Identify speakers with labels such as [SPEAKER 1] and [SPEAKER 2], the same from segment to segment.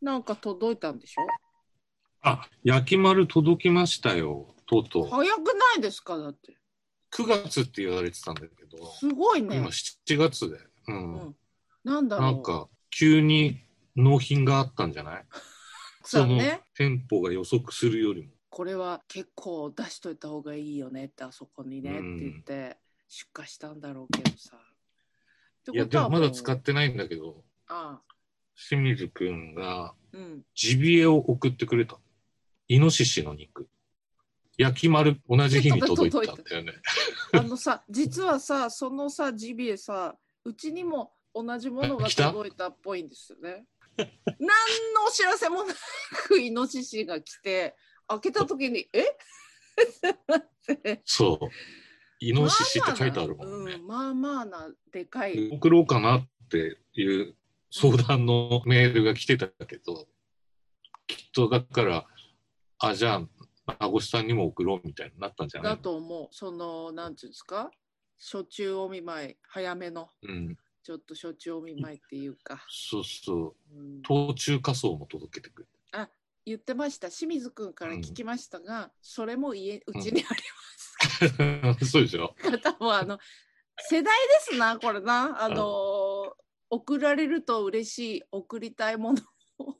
[SPEAKER 1] なんか届いたんでしょ
[SPEAKER 2] あ、焼き丸届きましたよ、とうとう。
[SPEAKER 1] 早くないですかだって。
[SPEAKER 2] 9月って言われてたんだけど、
[SPEAKER 1] すごい
[SPEAKER 2] 今
[SPEAKER 1] ね。
[SPEAKER 2] 7月で。う。
[SPEAKER 1] うんん、なんだろう。
[SPEAKER 2] なんか、急に納品があったんじゃない
[SPEAKER 1] そう
[SPEAKER 2] の
[SPEAKER 1] ね。
[SPEAKER 2] 店舗が予測するよりも。
[SPEAKER 1] これは結構出しといた方がいいよねってあそこにねって
[SPEAKER 2] うん
[SPEAKER 1] 言って出荷したんだろうけどさ。
[SPEAKER 2] いや、でもまだ使
[SPEAKER 1] っ
[SPEAKER 2] ってないんだけど、
[SPEAKER 1] ああ
[SPEAKER 2] 清水くんが
[SPEAKER 1] うん。
[SPEAKER 2] ジビエを送ってくれた。イノシシの肉。焼き丸、同じ日に届いたんだよね。
[SPEAKER 1] あの さ、実はさ、そのさ、ジビエさ、うちにも同じものが
[SPEAKER 2] 来た
[SPEAKER 1] 届いたっぽいんですよね。何のお知らせもなくイノシシが来て、開けた時に、えって
[SPEAKER 2] そう。イノシシって書いてあるもんね。
[SPEAKER 1] まあまあなうん、まあまあな、でかい。
[SPEAKER 2] 送ろうかなっていう相談のメールが来てたけど、きっとだから、あ、じゃあ、名越さんにも送ろうみたいになったんじゃない
[SPEAKER 1] だと思う。その、なんていうんですか初中お見舞い、早めの、
[SPEAKER 2] うん、
[SPEAKER 1] ちょっと初中お見舞いっていうか。
[SPEAKER 2] そうそう。
[SPEAKER 1] うん
[SPEAKER 2] 途中仮想も届けてくれた。
[SPEAKER 1] 言ってました。清水くんから聞きましたが、それも家、うちにあります。
[SPEAKER 2] そうでしょ
[SPEAKER 1] 方もあの世代ですなこれなあのー送られると嬉しい送りたいもの を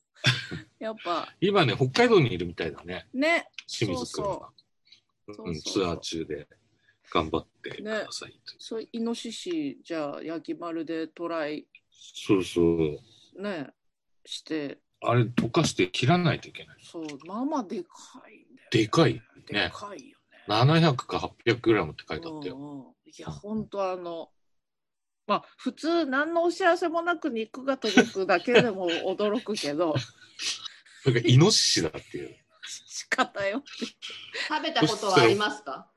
[SPEAKER 1] やっぱ
[SPEAKER 2] 今ね、北海道にいるみたいだね、
[SPEAKER 1] ね
[SPEAKER 2] 清水君は。
[SPEAKER 1] そうそう
[SPEAKER 2] うん
[SPEAKER 1] そうそう
[SPEAKER 2] ツアー中で頑張ってくださいと、
[SPEAKER 1] そうイノシシじゃあ焼き丸でトライ
[SPEAKER 2] そうそう。
[SPEAKER 1] ねして
[SPEAKER 2] あれ、溶かして切らないといけない。
[SPEAKER 1] そうまあまあでかいんだよ、
[SPEAKER 2] でかいね
[SPEAKER 1] でかいよね
[SPEAKER 2] 700か800グラムって書いてあったよ。
[SPEAKER 1] うんうんいや本当あのまあ普通何のお知らせもなく肉が届くだけでも驚くけ ど
[SPEAKER 2] それがイノシシだっていう。
[SPEAKER 1] 仕方よ
[SPEAKER 3] 食べたことはありますか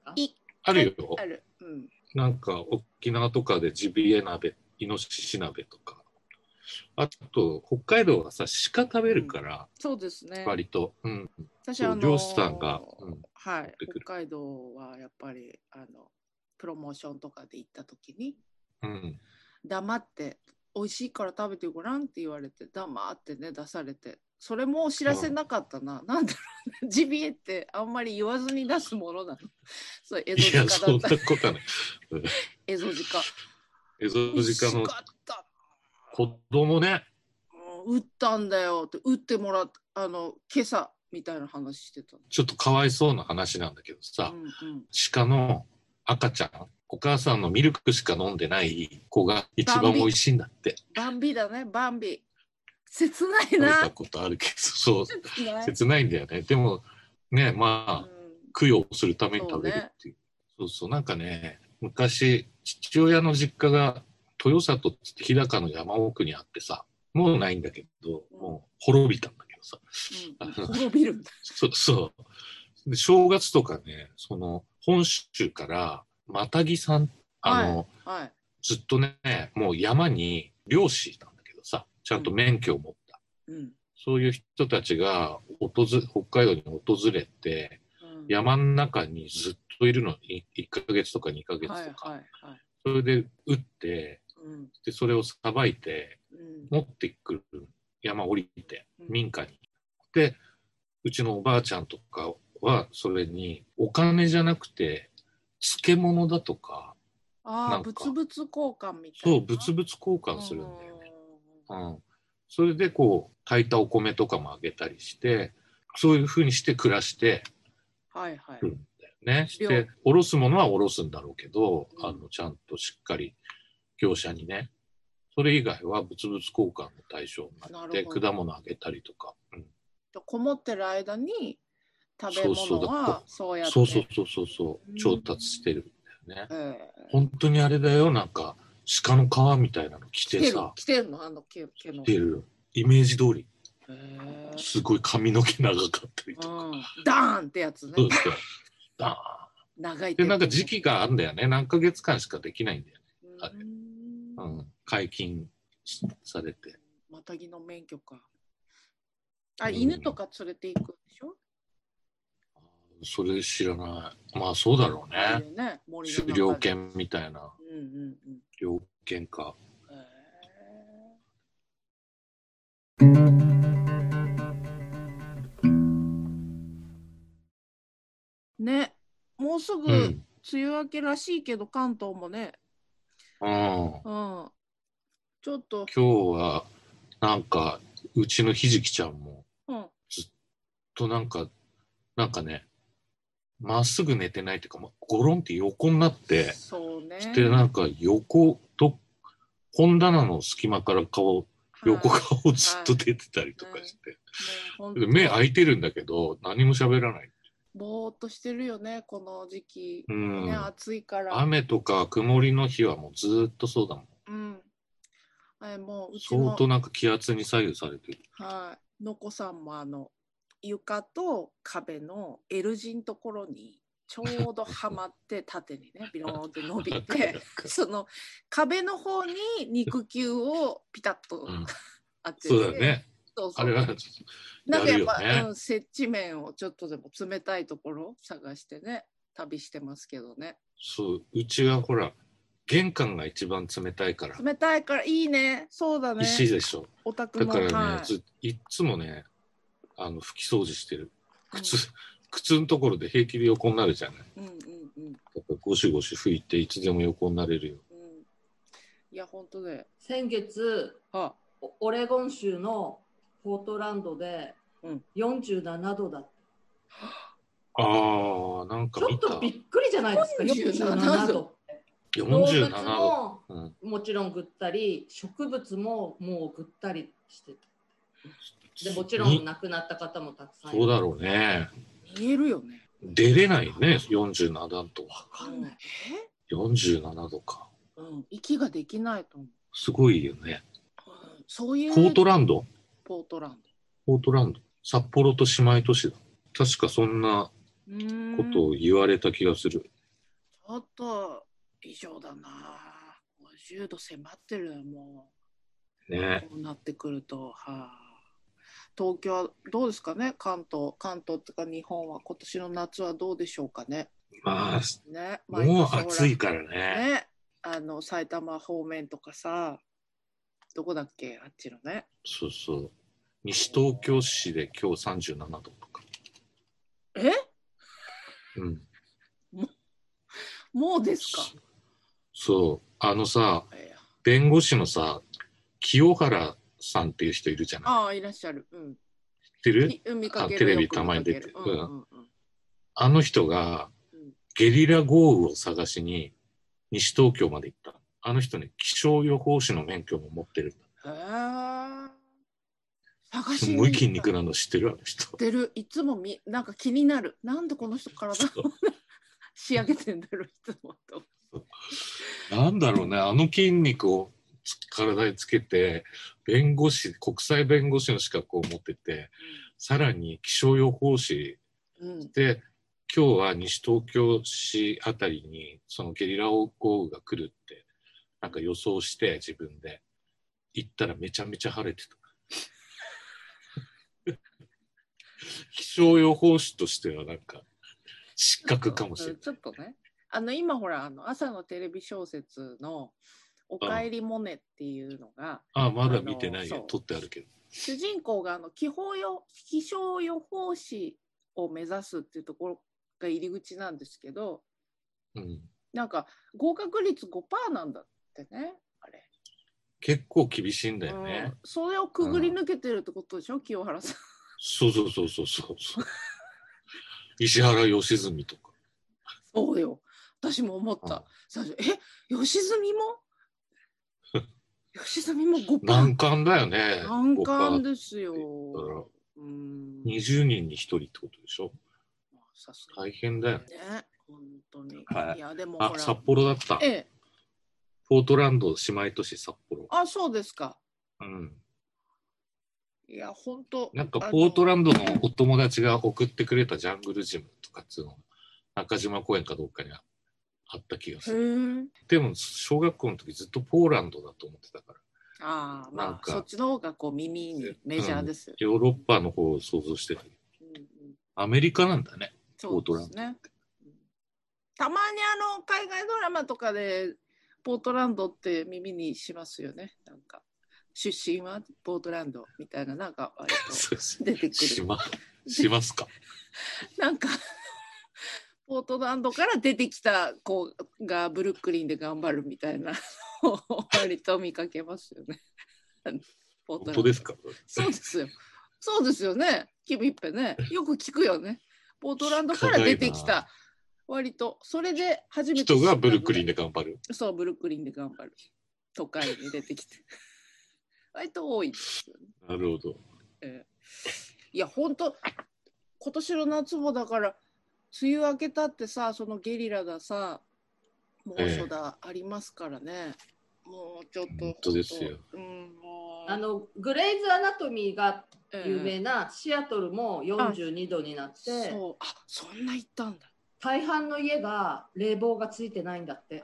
[SPEAKER 2] あるよ。
[SPEAKER 1] あるうん
[SPEAKER 2] なんか沖縄とかでジビエ鍋、イノシシ鍋とか。あと、北海道はさ、鹿食べるから、
[SPEAKER 1] そうですね。
[SPEAKER 2] 割と。うん。
[SPEAKER 1] 私
[SPEAKER 2] そう
[SPEAKER 1] あの
[SPEAKER 2] 漁師さんがうん
[SPEAKER 1] はい
[SPEAKER 2] てくる
[SPEAKER 1] 北海道はやっぱりあのプロモーションとかで行った時に
[SPEAKER 2] うん。
[SPEAKER 1] 黙って美味しいから食べてごらんって言われて黙ってね出されてそれも知らせなかったな、なんだろうなジビエってあんまり言わずに出すものなのそうエ
[SPEAKER 2] い
[SPEAKER 1] ゾ
[SPEAKER 2] や、
[SPEAKER 1] ジカ
[SPEAKER 2] そ
[SPEAKER 1] だ
[SPEAKER 2] ん
[SPEAKER 1] っ
[SPEAKER 2] な
[SPEAKER 1] た
[SPEAKER 2] ことはない。
[SPEAKER 1] エゾジカ
[SPEAKER 2] エゾ
[SPEAKER 1] 美味
[SPEAKER 2] ジ
[SPEAKER 1] し
[SPEAKER 2] カ
[SPEAKER 1] か
[SPEAKER 2] の
[SPEAKER 1] った
[SPEAKER 2] 子供ね。
[SPEAKER 1] うん打ったんだよって打ってもらったあの今朝みたいな話してたの
[SPEAKER 2] ちょっとかわいそうな話なんだけどさ、
[SPEAKER 1] うんうん
[SPEAKER 2] 鹿の赤ちゃん、お母さんのミルクしか飲んでない子が一番美味しいんだって。
[SPEAKER 1] バンビだね、バンビ。切ない
[SPEAKER 2] 食べた
[SPEAKER 1] な。
[SPEAKER 2] ことあるけど、そう、
[SPEAKER 1] 切ない
[SPEAKER 2] 切ないんだよね。でも、ね、
[SPEAKER 1] う
[SPEAKER 2] まあ、
[SPEAKER 1] ん
[SPEAKER 2] 供養するために食べるっていう。そうそう、なんかね、昔、父親の実家が豊里って日高の山奥にあってさ、もうないんだけど、もう滅びたんだけどさ、
[SPEAKER 1] うん滅びるんだ。
[SPEAKER 2] そうそう。で正月とかね、その、本州から、マタギさん、あの、
[SPEAKER 1] はい。
[SPEAKER 2] ずっとね、もう山に漁師なんだけどさ、ちゃんと免許を持った。
[SPEAKER 1] うん。
[SPEAKER 2] そういう人たちが訪ず、北海道に訪れて、
[SPEAKER 1] うん
[SPEAKER 2] 山の中にずっといるの、い1ヶ月とか2ヶ月とか、
[SPEAKER 1] はいはいはい。
[SPEAKER 2] それで打って、
[SPEAKER 1] うん
[SPEAKER 2] で、それをさばいて、
[SPEAKER 1] うん
[SPEAKER 2] 持ってくる、山降りて、
[SPEAKER 1] うん
[SPEAKER 2] 民家に。で、うちのおばあちゃんとかは、それに、お金じゃなくて、漬物だとか、
[SPEAKER 1] あ
[SPEAKER 2] な
[SPEAKER 1] あ、
[SPEAKER 2] んか
[SPEAKER 1] 物々交換みたいな。
[SPEAKER 2] そう、物々交換するんだよね。うん。それで、こう、炊いたお米とかもあげたりして、そういうふうにして暮らして
[SPEAKER 1] うん。はいはい。
[SPEAKER 2] るんだよね。し
[SPEAKER 1] 料
[SPEAKER 2] て、おろすものはおろすんだろうけど、
[SPEAKER 1] うん
[SPEAKER 2] あの、ちゃんとしっかり業者にね、それ以外は物々交換の対象になって、
[SPEAKER 1] なるほど
[SPEAKER 2] 果物あげたりとか。うん
[SPEAKER 1] こもってる間に食べ
[SPEAKER 2] そうそう
[SPEAKER 1] 物
[SPEAKER 2] だから
[SPEAKER 1] はそうやって。
[SPEAKER 2] そうそうそうそうそううん調達してるんだよね、
[SPEAKER 1] ええ
[SPEAKER 2] 本当にあれだよなんか鹿の皮みたいなの
[SPEAKER 1] 来
[SPEAKER 2] 着て
[SPEAKER 1] てる
[SPEAKER 2] さ
[SPEAKER 1] 来てるのあの毛毛の。
[SPEAKER 2] 着てるイメージ通り
[SPEAKER 1] へえ
[SPEAKER 2] すごい髪の毛長かったりとか、
[SPEAKER 1] うんダーンってやつね。
[SPEAKER 2] そうそうだ
[SPEAKER 1] 長い
[SPEAKER 2] でなんか時期があるんだよね何ヶ月間しかできないんだよあれね、うん、解禁しされて
[SPEAKER 1] またぎの免許か。あ、
[SPEAKER 2] うん
[SPEAKER 1] 犬とか連れていくんでしょ、
[SPEAKER 2] それ知らないまあそうだろう
[SPEAKER 1] ああ
[SPEAKER 2] ね
[SPEAKER 1] いうね森の中
[SPEAKER 2] 狩
[SPEAKER 1] で
[SPEAKER 2] 猟。犬みたいな
[SPEAKER 1] うんうんうん。
[SPEAKER 2] 猟犬か
[SPEAKER 1] へえすぐ梅
[SPEAKER 2] うん。
[SPEAKER 1] 雨明けらしいけど、関東もね、
[SPEAKER 2] ああ。
[SPEAKER 1] うん、ちょっと、
[SPEAKER 2] 今日は、なんか、うちのひじきちゃんも、
[SPEAKER 1] うん、
[SPEAKER 2] となんか、なんかね、まっすぐ寝てないっていうか、まゴロンって横になって、
[SPEAKER 1] そうね。
[SPEAKER 2] してなんか横と、本棚の隙間から顔、横
[SPEAKER 1] はい
[SPEAKER 2] 顔ずっと出てたりとかして。
[SPEAKER 1] もうほんと
[SPEAKER 2] で目開いてるんだけど、何も喋らない。
[SPEAKER 1] ぼーっとしてるよね、この時期。
[SPEAKER 2] う
[SPEAKER 1] ね、
[SPEAKER 2] ん。
[SPEAKER 1] 暑いから。
[SPEAKER 2] 雨とか曇りの日はもうずっとそうだもん。
[SPEAKER 1] うん。あれもう、うち
[SPEAKER 2] 相
[SPEAKER 1] の、
[SPEAKER 2] 当なんか気圧に左右されてる。
[SPEAKER 1] はい、のこさんもあの、床と壁の L 字のところに、ちょうどはまって、縦に ね、ビローンって伸びて、その壁の方に肉球をピタッと
[SPEAKER 2] うん
[SPEAKER 1] 当てて、
[SPEAKER 2] そうだよね。
[SPEAKER 1] そうそう
[SPEAKER 2] あれは、
[SPEAKER 1] なんかやっぱ、
[SPEAKER 2] やるよね
[SPEAKER 1] うん、接地面をちょっとでも冷たいところ探してね、旅してますけどね。
[SPEAKER 2] そう、うちはほら、玄関が一番冷たいから、
[SPEAKER 1] 冷たいからいいね、そうだね。
[SPEAKER 2] 石でしょ。
[SPEAKER 1] お宅
[SPEAKER 2] だ
[SPEAKER 1] も
[SPEAKER 2] からね、
[SPEAKER 1] はい
[SPEAKER 2] ずいっつもね、あの、拭き掃除してる。靴、
[SPEAKER 1] うん
[SPEAKER 2] 靴のところで平気で横になるじゃない。
[SPEAKER 1] うんうんうん
[SPEAKER 2] だからゴシゴシ拭いて、いつでも横になれるよ。
[SPEAKER 1] うん。いや、本当ね。
[SPEAKER 3] 先月
[SPEAKER 1] は
[SPEAKER 3] おオレゴン州のポートランドで
[SPEAKER 1] うん
[SPEAKER 3] 47度だって、
[SPEAKER 2] ああ、なんか
[SPEAKER 3] ちょ
[SPEAKER 2] 見。
[SPEAKER 3] ったとびっくりじゃないですか
[SPEAKER 1] 47
[SPEAKER 3] 47度動物
[SPEAKER 2] 47度。
[SPEAKER 3] も
[SPEAKER 2] うん、
[SPEAKER 3] もちろんぐったり植物ももうぐったりしてたでもちろん
[SPEAKER 2] に
[SPEAKER 3] 亡くなった方もたくさんい
[SPEAKER 2] そう
[SPEAKER 3] る
[SPEAKER 2] だろうね。
[SPEAKER 1] あ、見えるよね。
[SPEAKER 2] 出れないね、47度とは。
[SPEAKER 3] わかんない
[SPEAKER 1] え
[SPEAKER 2] 47度か。
[SPEAKER 1] うん。息ができないと思う。
[SPEAKER 2] すごいよね。
[SPEAKER 1] うんそういう
[SPEAKER 2] ポートランド
[SPEAKER 1] ポートラン
[SPEAKER 2] ポートランド。札幌と姉妹都市だ。確かそんな
[SPEAKER 1] ド。うーん
[SPEAKER 2] ことを言われた気がする。
[SPEAKER 1] ちょっと異常だな。50度迫ってるよもう。
[SPEAKER 2] ね。
[SPEAKER 1] こうなってくると、はあ。東京はどうですかね、関東、関東とか日本は今年の夏はどうでしょうかね。
[SPEAKER 2] まあ、
[SPEAKER 1] ね、
[SPEAKER 2] もう暑い
[SPEAKER 1] か
[SPEAKER 2] からね。
[SPEAKER 1] ね。あの埼玉方面とかさ、どこだっけ、あっちのね。
[SPEAKER 2] そうそう。西東京市で今日37度とか。
[SPEAKER 1] え
[SPEAKER 2] うん。
[SPEAKER 1] もうですか。
[SPEAKER 2] そう。あのさ、
[SPEAKER 1] いや
[SPEAKER 2] 弁護士のさ、清原さんっていう人いるじゃない
[SPEAKER 1] ああ、いらっしゃる。うん。
[SPEAKER 2] 知ってる
[SPEAKER 1] み見かける
[SPEAKER 2] あテレビ
[SPEAKER 1] よく見かけ
[SPEAKER 2] たまに出てる
[SPEAKER 1] る。うんうんうん。
[SPEAKER 2] あの人が
[SPEAKER 1] うん
[SPEAKER 2] ゲリラ豪雨を探しに西東京まで行った。あの人ね、気象予報士の免許も持ってる。
[SPEAKER 1] へえ。探し
[SPEAKER 2] す
[SPEAKER 1] に
[SPEAKER 2] ごい筋肉
[SPEAKER 1] 行っ
[SPEAKER 2] なの知ってるあの人。
[SPEAKER 1] てる。いつもみ、なんか気になる。なんでこの人体を仕上げてんだろう、いつもと。
[SPEAKER 2] なんだろうね、あの筋肉をつ体につけて、弁護士、国際弁護士の資格を持ってて、さらに気象予報士
[SPEAKER 1] うん。
[SPEAKER 2] で、今日は西東京市あたりにそのゲリラ豪雨が来るって、なんか予想して自分で行ったらめちゃめちゃ晴れてた。気象予報士としてはなんか失格かもしれない。
[SPEAKER 1] ちょっとね。あの今ほらあの朝のテレビ小説の「おかえりモネ」っていうのが、
[SPEAKER 2] あ、まだ見てない
[SPEAKER 1] あ
[SPEAKER 2] よ
[SPEAKER 1] の。
[SPEAKER 2] 撮ってあるけど。
[SPEAKER 1] 主人公があの気泡よ気象予報士を目指すっていうところが入り口なんですけど
[SPEAKER 2] うん
[SPEAKER 1] なんか合格率5%なんだってねあれ、
[SPEAKER 2] 結構厳しいんだよね。
[SPEAKER 1] うん、それをくぐり抜けてるってことでしょ、清原さん
[SPEAKER 2] そうそうそうそうそうそう。 石原良純とか。
[SPEAKER 1] そうよ私も思った、最初え吉 住も吉住も5%
[SPEAKER 2] 難関だよね。
[SPEAKER 1] 難関
[SPEAKER 2] で。
[SPEAKER 1] ですよ
[SPEAKER 2] だから。
[SPEAKER 1] うん
[SPEAKER 2] 20人に1人ってことでしょ
[SPEAKER 1] さすが
[SPEAKER 2] 大変だよね。
[SPEAKER 1] ね本当に、
[SPEAKER 2] はい
[SPEAKER 1] い、やでも
[SPEAKER 2] あ
[SPEAKER 1] ほ、ら
[SPEAKER 2] 札幌だった。
[SPEAKER 1] ええ
[SPEAKER 2] ポートランド姉妹都市札幌。
[SPEAKER 1] あそうですか
[SPEAKER 2] うん。
[SPEAKER 1] いや、本当。
[SPEAKER 2] なんかポート
[SPEAKER 1] ラ
[SPEAKER 2] ランドのお友達が送ってくれたジャングルジムとかっていうのが中島公園かどっかにあった気がする。
[SPEAKER 1] へえ。
[SPEAKER 2] でも小学校の時ずっとポーランドだと思ってたから。
[SPEAKER 1] ああ、
[SPEAKER 2] な
[SPEAKER 1] ま
[SPEAKER 2] ん
[SPEAKER 1] あ、
[SPEAKER 2] か
[SPEAKER 1] そっちの方がこう耳にメジャーですよ。
[SPEAKER 2] ヨーロッパの方を想像してたけど。
[SPEAKER 1] うんうん
[SPEAKER 2] アメリカなんだね。
[SPEAKER 1] そ
[SPEAKER 2] ポ
[SPEAKER 1] う
[SPEAKER 2] ート
[SPEAKER 1] で
[SPEAKER 2] ラン
[SPEAKER 1] す
[SPEAKER 2] ド
[SPEAKER 1] ね。うんたまにあの海外ドラマとかでポートランドって耳にしますよね。なんか出身はポートランドみたいななんか割と
[SPEAKER 2] そうそう
[SPEAKER 1] 出てく
[SPEAKER 2] し
[SPEAKER 1] る。
[SPEAKER 2] ま、しますか。
[SPEAKER 1] なんか ポートランドから出てきた子がブルックリンで頑張るみたいなのを割と見かけますよね。 ポートラ
[SPEAKER 2] 本
[SPEAKER 1] ンド
[SPEAKER 2] 当ですか
[SPEAKER 1] そうですよ。そうですよね。キムイッペね。よく聞くよね。ポートランドから出てき
[SPEAKER 2] 聞かない
[SPEAKER 1] た。割と、それで初めて知った
[SPEAKER 2] 人
[SPEAKER 1] ぐらい。
[SPEAKER 2] がブルックリンで頑張る。
[SPEAKER 1] そう、ブルックリンで頑張る。都会に出てき て。割と多いですよね。
[SPEAKER 2] なるほど。
[SPEAKER 1] えーいや、本当今年の夏もだから、梅雨明けたってさ、そのゲリラださ、猛暑だ、ありますからね。もうちょっと。
[SPEAKER 2] 本当ですよ。
[SPEAKER 1] うん、もう。
[SPEAKER 3] あのグレイズ・アナトミーが
[SPEAKER 1] えー
[SPEAKER 3] 有名なシアトルも42度になって、
[SPEAKER 1] そう。あ、そんな行ったんだ。
[SPEAKER 3] 大半の家が冷房がついてないんだって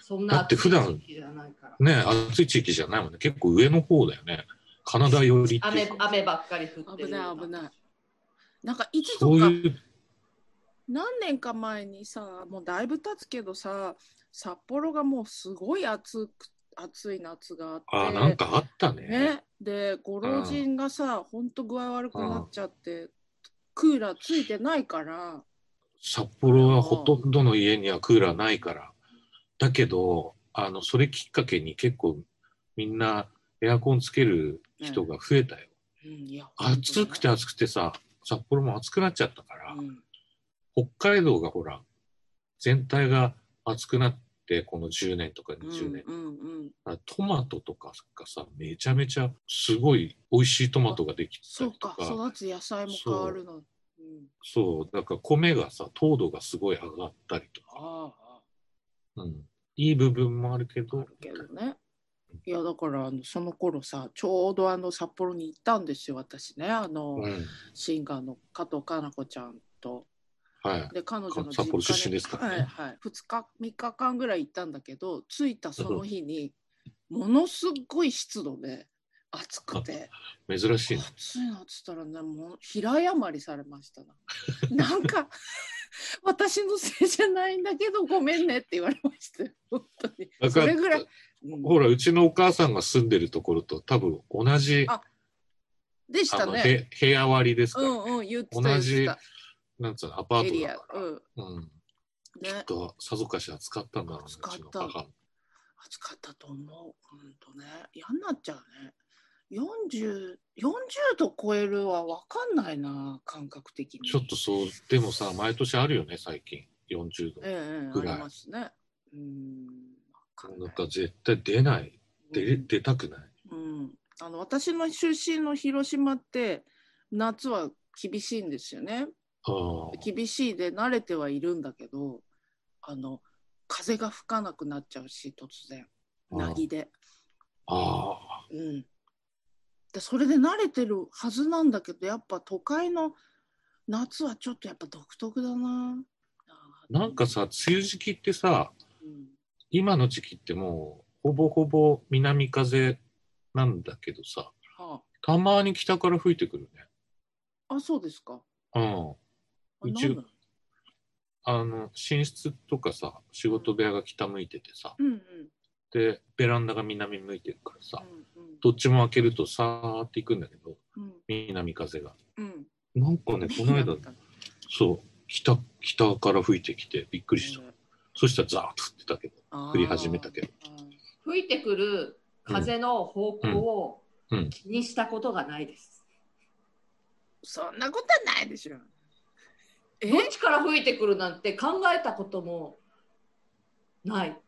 [SPEAKER 3] そん
[SPEAKER 2] だ
[SPEAKER 3] な
[SPEAKER 2] って
[SPEAKER 3] 暑
[SPEAKER 2] 普
[SPEAKER 3] い時
[SPEAKER 2] 段
[SPEAKER 3] 期じゃないから
[SPEAKER 2] ね暑い地域じゃないもんね。結構上の方だよね。カナダ寄りっていう
[SPEAKER 3] 雨
[SPEAKER 2] か。
[SPEAKER 3] 雨ばっかり降ってる
[SPEAKER 1] 危ない危
[SPEAKER 3] い
[SPEAKER 1] ない。なんかいつ
[SPEAKER 2] そ
[SPEAKER 1] と
[SPEAKER 2] う
[SPEAKER 1] か
[SPEAKER 2] いう、
[SPEAKER 1] 何年か前にさもうだいぶ経つけどさ札幌がもうすごい暑く暑い夏があって
[SPEAKER 2] あ、なんかあったね。
[SPEAKER 1] ね、でご老人がさ、ほんと具合悪くなっちゃって、クーラーついてないから
[SPEAKER 2] 札幌はほとんどの家にはクーラーないから。だけど、あの、それきっかけに結構みんなエアコンつける人が増えたよ。
[SPEAKER 1] うんいや
[SPEAKER 2] 暑くて、暑くてさ、札幌も暑くなっちゃったから、
[SPEAKER 1] ほんとねうん
[SPEAKER 2] 北海道がほら、全体が暑くなって、この10年とか20年。
[SPEAKER 1] うんうんうん、
[SPEAKER 2] あトマトとかがさ、めちゃめちゃすごい美味しいトマトができた
[SPEAKER 1] そ
[SPEAKER 2] り
[SPEAKER 1] う
[SPEAKER 2] と
[SPEAKER 1] か
[SPEAKER 2] か、そう
[SPEAKER 1] 育つ野菜も変わるの、うん、
[SPEAKER 2] だから米がさ、糖度がすごい上がったりとか、
[SPEAKER 1] ああ
[SPEAKER 2] うん、いい部分もあるけど、
[SPEAKER 1] けどね。いやだからあのその頃さちょうどあの札幌に行ったんですよ私ねあの、
[SPEAKER 2] うん、
[SPEAKER 1] シンガーの加藤加奈子ちゃんと
[SPEAKER 2] はい。
[SPEAKER 1] で彼女の
[SPEAKER 2] 札幌出身ですからね
[SPEAKER 1] はいはい、2日3日間ぐらい行ったんだけど着いたその日にものすごい湿度で暑くて
[SPEAKER 2] 珍しいね。
[SPEAKER 1] 暑いなっつったらねもう平謝りされましたななん か私のせいじゃないんだけどごめんねって言われましたよ本当
[SPEAKER 2] だ
[SPEAKER 1] に
[SPEAKER 2] か
[SPEAKER 1] そ
[SPEAKER 2] ら
[SPEAKER 1] れぐらい、うん
[SPEAKER 2] ほら、うちのお母さんが住んでるところと多分同じ、
[SPEAKER 1] あでし
[SPEAKER 2] あ
[SPEAKER 1] た
[SPEAKER 2] の、
[SPEAKER 1] ね。
[SPEAKER 2] へ部屋割りですか
[SPEAKER 1] う
[SPEAKER 2] ら、
[SPEAKER 1] んうん、言ってた
[SPEAKER 2] 同じ
[SPEAKER 1] 言って、
[SPEAKER 2] なんつうの、アパ
[SPEAKER 1] たエ
[SPEAKER 2] ー
[SPEAKER 1] リ
[SPEAKER 2] ト
[SPEAKER 1] ア
[SPEAKER 2] だか。ら。
[SPEAKER 1] うん。
[SPEAKER 2] うん。
[SPEAKER 1] ね、
[SPEAKER 2] と、さぞかし暑かったんだろう
[SPEAKER 1] 暑
[SPEAKER 2] ね、う
[SPEAKER 1] かった
[SPEAKER 2] ちの母も。
[SPEAKER 1] 暑かったと思う。うんとね、嫌になっちゃうね。40, 40度超えるは分かんないな、感覚的に。
[SPEAKER 2] ちょっとそう、でもさ、毎年あるよね、最近。40度。
[SPEAKER 1] えええ
[SPEAKER 2] ぐ
[SPEAKER 1] え、
[SPEAKER 2] らい
[SPEAKER 1] ありますね。うん、分かん
[SPEAKER 2] な
[SPEAKER 1] なんい。
[SPEAKER 2] か絶対出ない。出、
[SPEAKER 1] うん
[SPEAKER 2] 出たくない。
[SPEAKER 1] うん、あの私の出身の広島って夏は厳しいんですよね。
[SPEAKER 2] ああ。
[SPEAKER 1] 厳しいで慣れてはいるんだけどあの風が吹かなくなっちゃうし突然なぎで,、
[SPEAKER 2] ああ。
[SPEAKER 1] うん、でそれで慣れてるはずなんだけどやっぱ都会の夏はちょっとやっぱ独特だな
[SPEAKER 2] なんか、さ、梅雨時期ってさ、
[SPEAKER 1] うん
[SPEAKER 2] 今の時期ってもう、ほぼほぼ南風なんだけどさ、
[SPEAKER 1] は
[SPEAKER 2] たまに北から吹いてくるね。
[SPEAKER 1] あ、あそうですか
[SPEAKER 2] うん。
[SPEAKER 1] あ
[SPEAKER 2] 宇宙
[SPEAKER 1] なんだ
[SPEAKER 2] あの、寝室とかさ、仕事部屋が北向いててさ、
[SPEAKER 1] うんうん
[SPEAKER 2] で、ベランダが南向いてるからさ、
[SPEAKER 1] うん
[SPEAKER 2] どっちも開けるとさーっていくんだけど、
[SPEAKER 1] うん
[SPEAKER 2] 南風が。
[SPEAKER 1] うん
[SPEAKER 2] なんかね、この間、そう、北、北から吹いてきてびっくりした。そしたらザーッと降ってたけど、
[SPEAKER 1] 降
[SPEAKER 2] 降り始めたけど。
[SPEAKER 3] 吹いてくる風の方向を
[SPEAKER 2] うんうん
[SPEAKER 3] 気にしたことがないです、
[SPEAKER 1] そんなことはないでしょえ
[SPEAKER 3] どっちから吹いてくるなんて考えたこともない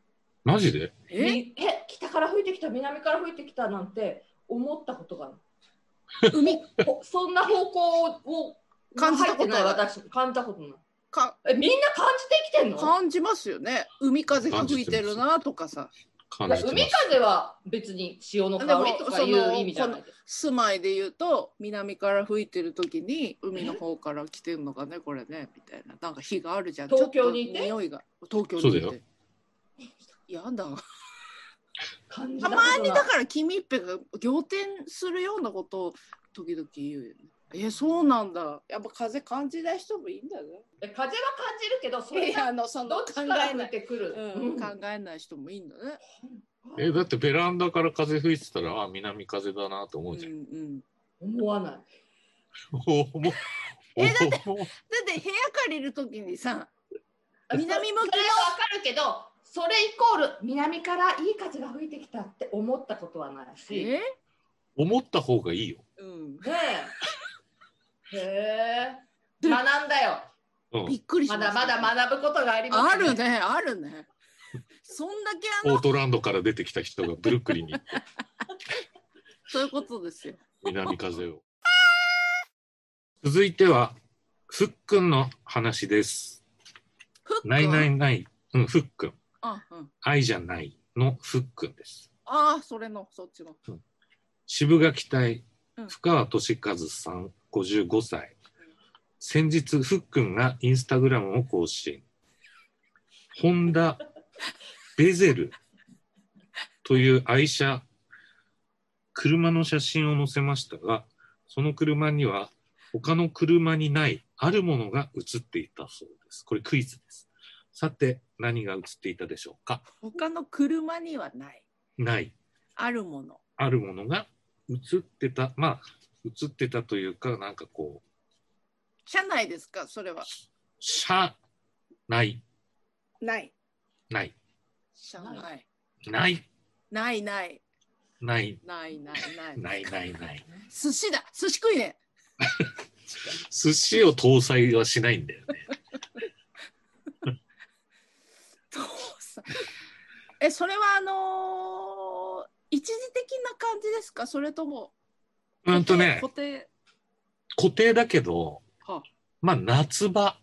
[SPEAKER 2] マジで
[SPEAKER 1] え
[SPEAKER 3] みえ北から吹いてきた南から吹いてきたなんて思ったことがない
[SPEAKER 1] 海
[SPEAKER 3] ほそんな方向を
[SPEAKER 1] 感じたこと
[SPEAKER 3] 入ってない
[SPEAKER 1] はない
[SPEAKER 3] 私感じたことない
[SPEAKER 1] か
[SPEAKER 3] えみんな感じてきてんの
[SPEAKER 1] 感じますよね海風が吹いてるなとかさ
[SPEAKER 2] 感
[SPEAKER 3] いや
[SPEAKER 2] じてま
[SPEAKER 3] 海
[SPEAKER 2] す。
[SPEAKER 3] 風は別に潮の香りとかい
[SPEAKER 1] でもそうの
[SPEAKER 3] 意味じゃないです
[SPEAKER 1] 住まいで言うと南から吹いてる時に海の方から来てるのかねこれねみたいななんか火があるじゃん
[SPEAKER 3] 東京にい
[SPEAKER 1] ちょ
[SPEAKER 3] て
[SPEAKER 1] っと匂いが東京にい
[SPEAKER 2] そうだ
[SPEAKER 1] てやだ
[SPEAKER 3] 感じ
[SPEAKER 1] た
[SPEAKER 3] たこ
[SPEAKER 1] ま
[SPEAKER 3] と
[SPEAKER 1] に
[SPEAKER 3] ない
[SPEAKER 1] だから君っぺが仰天するようなことを時々言うよねえそうなんだやっぱ風感じない人もいいんだね
[SPEAKER 3] え風は感じるけどそ れ
[SPEAKER 1] いや
[SPEAKER 3] が
[SPEAKER 1] あのその
[SPEAKER 3] どっ
[SPEAKER 1] 考
[SPEAKER 3] ちか
[SPEAKER 1] え
[SPEAKER 3] ら吹
[SPEAKER 1] ないい、
[SPEAKER 3] てくる、
[SPEAKER 1] うん、考えない人もいいんだね
[SPEAKER 2] え、だってベランダから風吹いてたら、あ、南風だなと思
[SPEAKER 1] う
[SPEAKER 2] うんじゃん。
[SPEAKER 1] うん
[SPEAKER 3] 思わない
[SPEAKER 2] おおもう
[SPEAKER 1] えだって
[SPEAKER 2] おおも
[SPEAKER 1] だ
[SPEAKER 2] う
[SPEAKER 1] って部屋借りるときにさ南向きの
[SPEAKER 3] それはわかるけどそれイコール南からいい風が吹いてきたって思ったことはないしね
[SPEAKER 1] え
[SPEAKER 2] 思った方がいいよ。
[SPEAKER 1] うん
[SPEAKER 3] えへえ学んだよ
[SPEAKER 2] うん
[SPEAKER 1] びっくりし
[SPEAKER 3] ま
[SPEAKER 1] まし
[SPEAKER 3] だ
[SPEAKER 1] た
[SPEAKER 3] まだ学ぶことがあります
[SPEAKER 1] あるねあるねそんだけあ
[SPEAKER 2] ポ
[SPEAKER 1] の
[SPEAKER 2] ートランドから出てきた人がブルックリンに行って
[SPEAKER 1] そういうことですよ
[SPEAKER 2] 南風を。続いては、ふっくんの話です。
[SPEAKER 1] フック
[SPEAKER 2] ないないない、うん、ふっくん。
[SPEAKER 1] あ、うん、
[SPEAKER 2] 愛じゃないのふっくんです。
[SPEAKER 1] あーそれのそっちの
[SPEAKER 2] 渋垣隊
[SPEAKER 1] うん、
[SPEAKER 2] 深川俊和さん、55歳。先日、ふっくんがインスタグラムを更新。ホ ンダ、ベゼルという愛車、車の写真を載せましたが、その車には他の車にないあるものが写っていたそうです。これクイズです。さて、何が写っていたでしょうか
[SPEAKER 1] 他の車にはない
[SPEAKER 2] ない。
[SPEAKER 1] あるもの
[SPEAKER 2] あるものが映ってた、まあ、映ってたというか、なんかこう、
[SPEAKER 1] 車内ですかそれは
[SPEAKER 2] 車内、
[SPEAKER 1] ない
[SPEAKER 2] ない、
[SPEAKER 1] 車内
[SPEAKER 3] な
[SPEAKER 2] ない、
[SPEAKER 1] ないない
[SPEAKER 2] ない、
[SPEAKER 1] ないないない
[SPEAKER 2] ない、ない、ない。
[SPEAKER 1] 寿司だ寿司食いね
[SPEAKER 2] 寿司を搭載はしないんだよね。
[SPEAKER 1] 父さんえそれはあのー一時的な感じですかそれとも
[SPEAKER 2] うんとね
[SPEAKER 1] 固、定
[SPEAKER 2] 固定だけど、
[SPEAKER 1] は
[SPEAKER 2] まあ、夏場。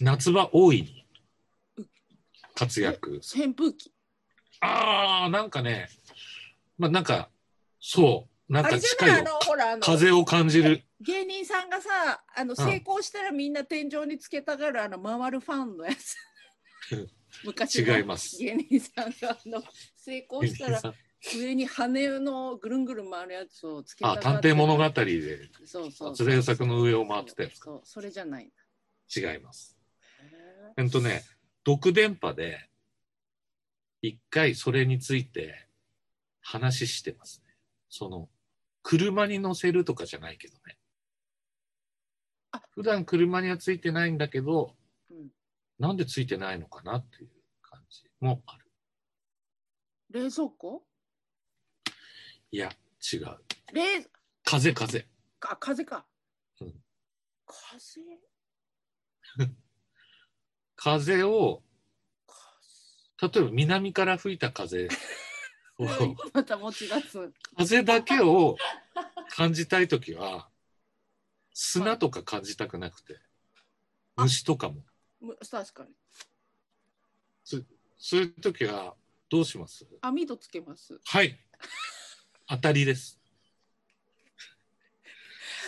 [SPEAKER 2] 夏場大いに活躍。
[SPEAKER 1] 扇風機
[SPEAKER 2] ああ、なんかね、まあ、なんか、そう、なん
[SPEAKER 1] あ
[SPEAKER 2] か
[SPEAKER 1] れじゃな
[SPEAKER 2] 近
[SPEAKER 1] いあ
[SPEAKER 2] い
[SPEAKER 1] の
[SPEAKER 2] よ。
[SPEAKER 1] ほらあの
[SPEAKER 2] 風を感じる。
[SPEAKER 1] 芸人さんがさあの成功したらみんな天井につけたがるあの回るファンのやつ
[SPEAKER 2] うん
[SPEAKER 1] 昔の
[SPEAKER 2] 違います。
[SPEAKER 1] 芸人さんがあの成功したら上に羽のぐるんぐるん回るやつをつけたが
[SPEAKER 2] あ、
[SPEAKER 1] って
[SPEAKER 2] 探偵物語で
[SPEAKER 1] そうそう
[SPEAKER 2] 松田優作の上を回ってたやつ
[SPEAKER 1] そうそうそれじゃないんだ
[SPEAKER 2] 違います。えっとね、独電波で、一回それについて話してますね。その、車に乗せるとかじゃないけどね
[SPEAKER 1] あ。
[SPEAKER 2] 普段車にはついてないんだけど、
[SPEAKER 1] うん
[SPEAKER 2] なんでついてないのかなっていう感じもある。
[SPEAKER 1] 冷蔵庫
[SPEAKER 2] いや、違う。
[SPEAKER 1] 冷
[SPEAKER 2] 風、風。
[SPEAKER 1] か風か、
[SPEAKER 2] うん
[SPEAKER 1] 風
[SPEAKER 2] 風を、
[SPEAKER 1] 風
[SPEAKER 2] 例えば南から吹いた風を、
[SPEAKER 1] また持ち出す
[SPEAKER 2] 風だけを感じたいときは、砂とか感じたくなくて、
[SPEAKER 1] あ
[SPEAKER 2] 虫とかも。
[SPEAKER 1] む確かに
[SPEAKER 2] そういうときは、どうします
[SPEAKER 1] 網戸つけます
[SPEAKER 2] はい。当たりです。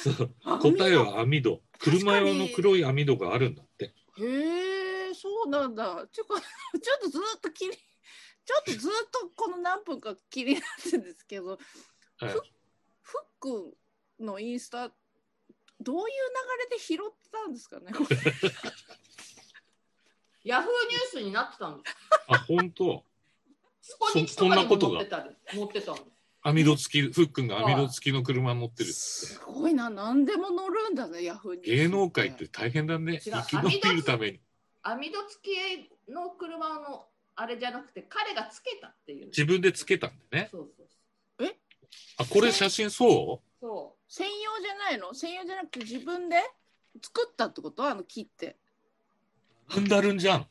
[SPEAKER 2] そう
[SPEAKER 1] 網戸
[SPEAKER 2] 答えは網戸。
[SPEAKER 1] 確かに
[SPEAKER 2] 車用の黒い網戸があるんだって。
[SPEAKER 1] へえそうなんだちょこ ちょっとずっと気に ちょっとずっとこの何分か気になってるんですけど
[SPEAKER 2] はい
[SPEAKER 1] ふっくんのインスタどういう流れで拾ってたんですかねこれ
[SPEAKER 3] ヤフーニュースになってたんです
[SPEAKER 2] あ、本当。
[SPEAKER 3] スポニチとかにも載ってたで持ってたんです
[SPEAKER 2] 網戸付き、ふっくんが網戸付きの車持ってるって
[SPEAKER 1] す。ごいな何でも乗るんだねヤフーに
[SPEAKER 2] 芸能界って大変だね。
[SPEAKER 3] 違
[SPEAKER 2] 生
[SPEAKER 3] う
[SPEAKER 2] き延びるために。
[SPEAKER 3] 網戸付きの車のあれじゃなくて彼がつけたっていう
[SPEAKER 2] 自分で付けたんだね。
[SPEAKER 3] そうそう
[SPEAKER 2] あ、これ写真そう
[SPEAKER 3] そ
[SPEAKER 1] 専用じゃないの専用じゃなくて自分で作ったってことあの木って
[SPEAKER 2] ふんだるんじゃん。
[SPEAKER 1] だ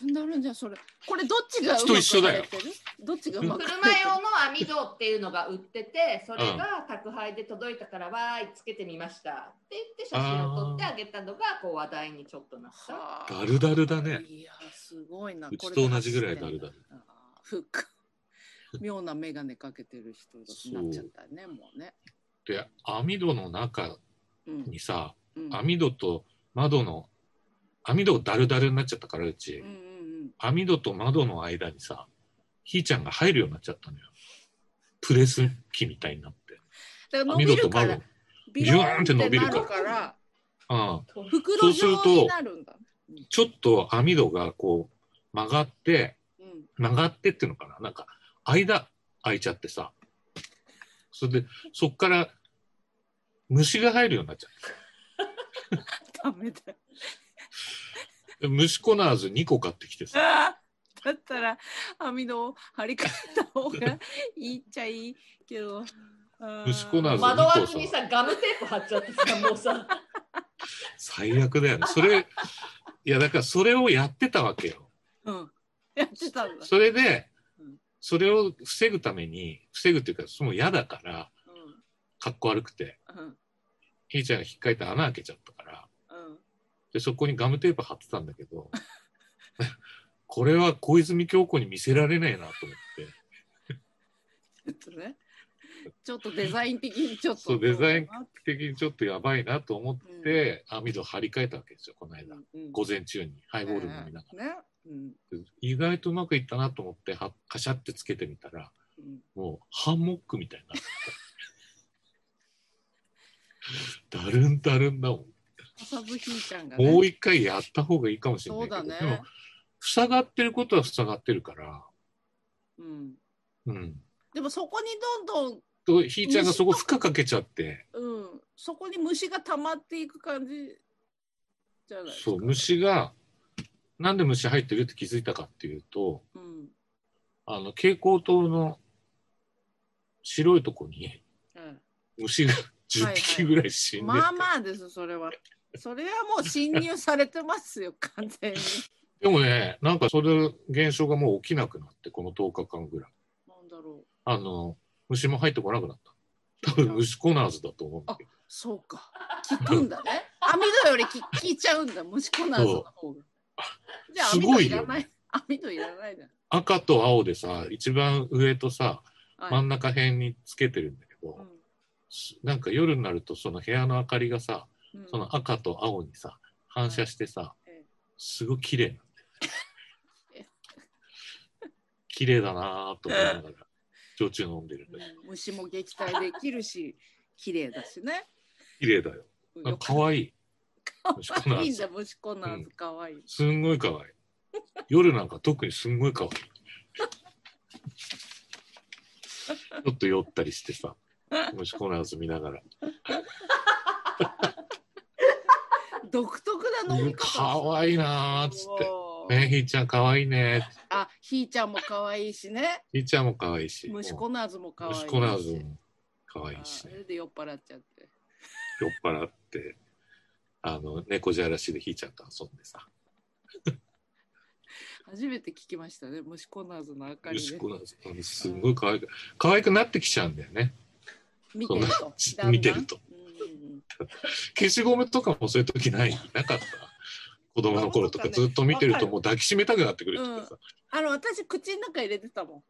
[SPEAKER 1] るんだるんじゃんそれこれどっちが
[SPEAKER 2] 人一緒だよ
[SPEAKER 1] うまくやれてるどっちがう
[SPEAKER 3] う
[SPEAKER 1] まくやれてる
[SPEAKER 3] 車用の網戸っていうのが売っててそれが宅配で届いたからわーいつけてみましたって言って写真を撮ってあげたのがこう話題にちょっとなった
[SPEAKER 1] はあ
[SPEAKER 2] だるだるだね。
[SPEAKER 1] いやすごいな
[SPEAKER 2] うち
[SPEAKER 1] これ
[SPEAKER 2] と同じぐらいだるだる
[SPEAKER 1] あーふっく妙な眼鏡かけてる人になっちゃったねもうね
[SPEAKER 2] で、網戸の中
[SPEAKER 1] うん
[SPEAKER 2] にさ、
[SPEAKER 1] うん
[SPEAKER 2] 網戸と窓の、網戸だるだるになっちゃったからうち
[SPEAKER 1] うんう、ん
[SPEAKER 2] 網戸と窓の間にさ、ひーちゃんが入るようになっちゃったのよ。プレス機みたいになって。
[SPEAKER 1] だから伸
[SPEAKER 2] 網
[SPEAKER 1] び
[SPEAKER 2] 戸
[SPEAKER 1] る
[SPEAKER 2] と
[SPEAKER 1] か
[SPEAKER 2] 窓
[SPEAKER 1] ら
[SPEAKER 2] の。
[SPEAKER 1] ビ
[SPEAKER 2] ジュワーンって伸びるから
[SPEAKER 1] なから
[SPEAKER 2] うん。
[SPEAKER 1] 袋
[SPEAKER 2] そう
[SPEAKER 1] 状
[SPEAKER 2] すると
[SPEAKER 1] になるんだ
[SPEAKER 2] ちょっと網戸がこう曲がって、
[SPEAKER 1] うん
[SPEAKER 2] 曲がってっていうのかななんか間空いちゃってさそれでそっから虫が入るようになっちゃう
[SPEAKER 1] ダメだ
[SPEAKER 2] 虫コナーズ2個買ってきてさ。
[SPEAKER 1] あーだったら網戸を張り替えた方がいいっちゃいいけど。あー
[SPEAKER 2] 息子なんです
[SPEAKER 3] 窓枠にさガムテープ貼っちゃってさもうさ
[SPEAKER 2] 最悪だよね。それ、いや、だからそれをやってたわけよ。
[SPEAKER 1] うん。やってたんだ。
[SPEAKER 2] それで
[SPEAKER 1] うん、
[SPEAKER 2] それを防ぐために、防ぐっていうか、その嫌だから、かっこ悪くて、
[SPEAKER 1] うん。うん。
[SPEAKER 2] ひーちゃんが引っかいて穴開けちゃったから、
[SPEAKER 1] うん。
[SPEAKER 2] で、そこにガムテープ貼ってたんだ けど、これは小泉京子に見せられないなと思って、
[SPEAKER 1] ちょっとね。ちょっとデザイン的にちょっと。
[SPEAKER 2] そうデザイン的にちょっとやばいなと思って、網戸張り替えたわけですよ、この間。
[SPEAKER 1] うん
[SPEAKER 2] 午前中にハイボール飲みながら。
[SPEAKER 1] ね。うん。
[SPEAKER 2] 意外とうまくいったなと思ってはカシャってつけてみたら
[SPEAKER 1] うん
[SPEAKER 2] もうハンモックみたいになってただるんだるんだもん、
[SPEAKER 1] 朝ぶひーちゃんが
[SPEAKER 2] もう
[SPEAKER 1] ね。
[SPEAKER 2] 一回やった方がいいかもしれない
[SPEAKER 1] そう
[SPEAKER 2] けど
[SPEAKER 1] だね。
[SPEAKER 2] でも塞がってることは塞がってるから
[SPEAKER 1] うん。
[SPEAKER 2] うん
[SPEAKER 1] でもそこにどんどん
[SPEAKER 2] とひーちゃんがそこ負荷かけちゃって
[SPEAKER 1] うん、そこに虫が溜まっていく感じじゃないですか。
[SPEAKER 2] そう虫がなんで虫入ってるって気づいたかっていうと
[SPEAKER 1] うん。
[SPEAKER 2] あの蛍光灯の白いとこに
[SPEAKER 1] うん
[SPEAKER 2] 虫が10匹ぐらい死んでて、
[SPEAKER 1] まあまあです、それは。それはもう侵入されてますよ、完全 に。
[SPEAKER 2] でもね、なんかそれ現象がもう起きなくなって、この10日間ぐらい。
[SPEAKER 1] なんだろう。
[SPEAKER 2] あの、虫も入ってこなくなった。多分虫コナーズだと思うんだけど。
[SPEAKER 1] そうか。聞くんだ ね。網戸より聞聞いちゃうんだ、虫コナーズの方が。じゃあ
[SPEAKER 2] す
[SPEAKER 1] 網
[SPEAKER 2] ご
[SPEAKER 1] 戸
[SPEAKER 2] い
[SPEAKER 1] い
[SPEAKER 2] よね
[SPEAKER 1] らない。網戸いらないだ。
[SPEAKER 2] 赤と青でさ、一番上とさ、
[SPEAKER 1] はい
[SPEAKER 2] 真ん中辺につけてるんだけど、
[SPEAKER 1] うん
[SPEAKER 2] すなんか夜になるとその部屋の明かりがさ、
[SPEAKER 1] うん
[SPEAKER 2] その赤と青にさ、反射してさ、
[SPEAKER 1] ええ
[SPEAKER 2] すごい綺麗なんだ よ
[SPEAKER 1] え。
[SPEAKER 2] 綺麗だなぁと思いながら、焼酎飲んでるんだけど、
[SPEAKER 1] うん虫も撃退できるし、綺麗だしね。
[SPEAKER 2] 綺麗だよ。
[SPEAKER 1] うん
[SPEAKER 2] なん
[SPEAKER 1] よ
[SPEAKER 2] か
[SPEAKER 1] か
[SPEAKER 2] 可愛い。虫コ
[SPEAKER 1] っ
[SPEAKER 2] ナ
[SPEAKER 1] た。い
[SPEAKER 2] ー
[SPEAKER 1] い
[SPEAKER 2] ズ
[SPEAKER 1] んだ、虫コナーズかわいい。
[SPEAKER 2] すんごい可愛い。夜なんか特にすんごい可愛い。ちょっと酔ったりしてさ、虫コナーズ見ながら。
[SPEAKER 1] 独特な飲み方。
[SPEAKER 2] 可愛いなーっつって。
[SPEAKER 1] おー
[SPEAKER 2] ねひーちゃん可愛いね
[SPEAKER 1] あ、ひーちゃんも可愛いしね。
[SPEAKER 2] ひーちゃんも可愛いし。
[SPEAKER 1] 虫コナーズも可愛いし。
[SPEAKER 2] 虫コナーズも可愛いし
[SPEAKER 1] あ
[SPEAKER 2] ね
[SPEAKER 1] そ。れで酔っ払っちゃって。
[SPEAKER 2] 酔っ払って、あの、猫じゃらしでひーちゃんと遊んでさ、
[SPEAKER 1] 初めて聞きましたね。虫コナーズの明かり
[SPEAKER 2] 虫
[SPEAKER 1] で
[SPEAKER 2] コ。ナーズ、うんすんごい可愛く、可愛くなってきちゃうんだよね。
[SPEAKER 1] 見てると。
[SPEAKER 2] そ
[SPEAKER 1] だ
[SPEAKER 2] の
[SPEAKER 1] んだん
[SPEAKER 2] 見てると。
[SPEAKER 1] うん
[SPEAKER 2] 消しゴムとかもそういう時ないな かった子供の頃とかずっと見てるともう抱きしめたくなってくるっていうかさ、
[SPEAKER 1] あの、私、口の中入れてた もん。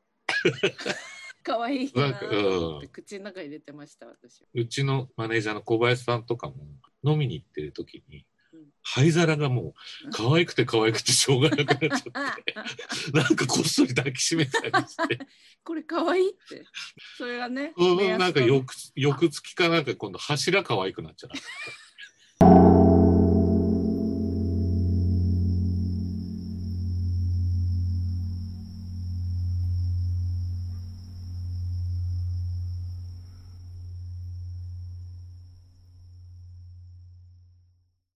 [SPEAKER 1] 可愛い
[SPEAKER 2] な
[SPEAKER 1] なん
[SPEAKER 2] か
[SPEAKER 1] と
[SPEAKER 2] う
[SPEAKER 1] 思って
[SPEAKER 2] ん
[SPEAKER 1] 口の中入れてました、私。
[SPEAKER 2] うちのマネージャーの小林さんとかも飲みに行ってる時に
[SPEAKER 1] うん
[SPEAKER 2] 灰皿がもう可愛くて可愛くてしょうがなくな っちゃってなんかこっそり抱きしめたり して
[SPEAKER 1] これ可愛いって。それがね。
[SPEAKER 2] うん
[SPEAKER 1] 目安
[SPEAKER 2] なんか
[SPEAKER 1] の
[SPEAKER 2] 翌翌月かなんか今度柱可愛くなっちゃう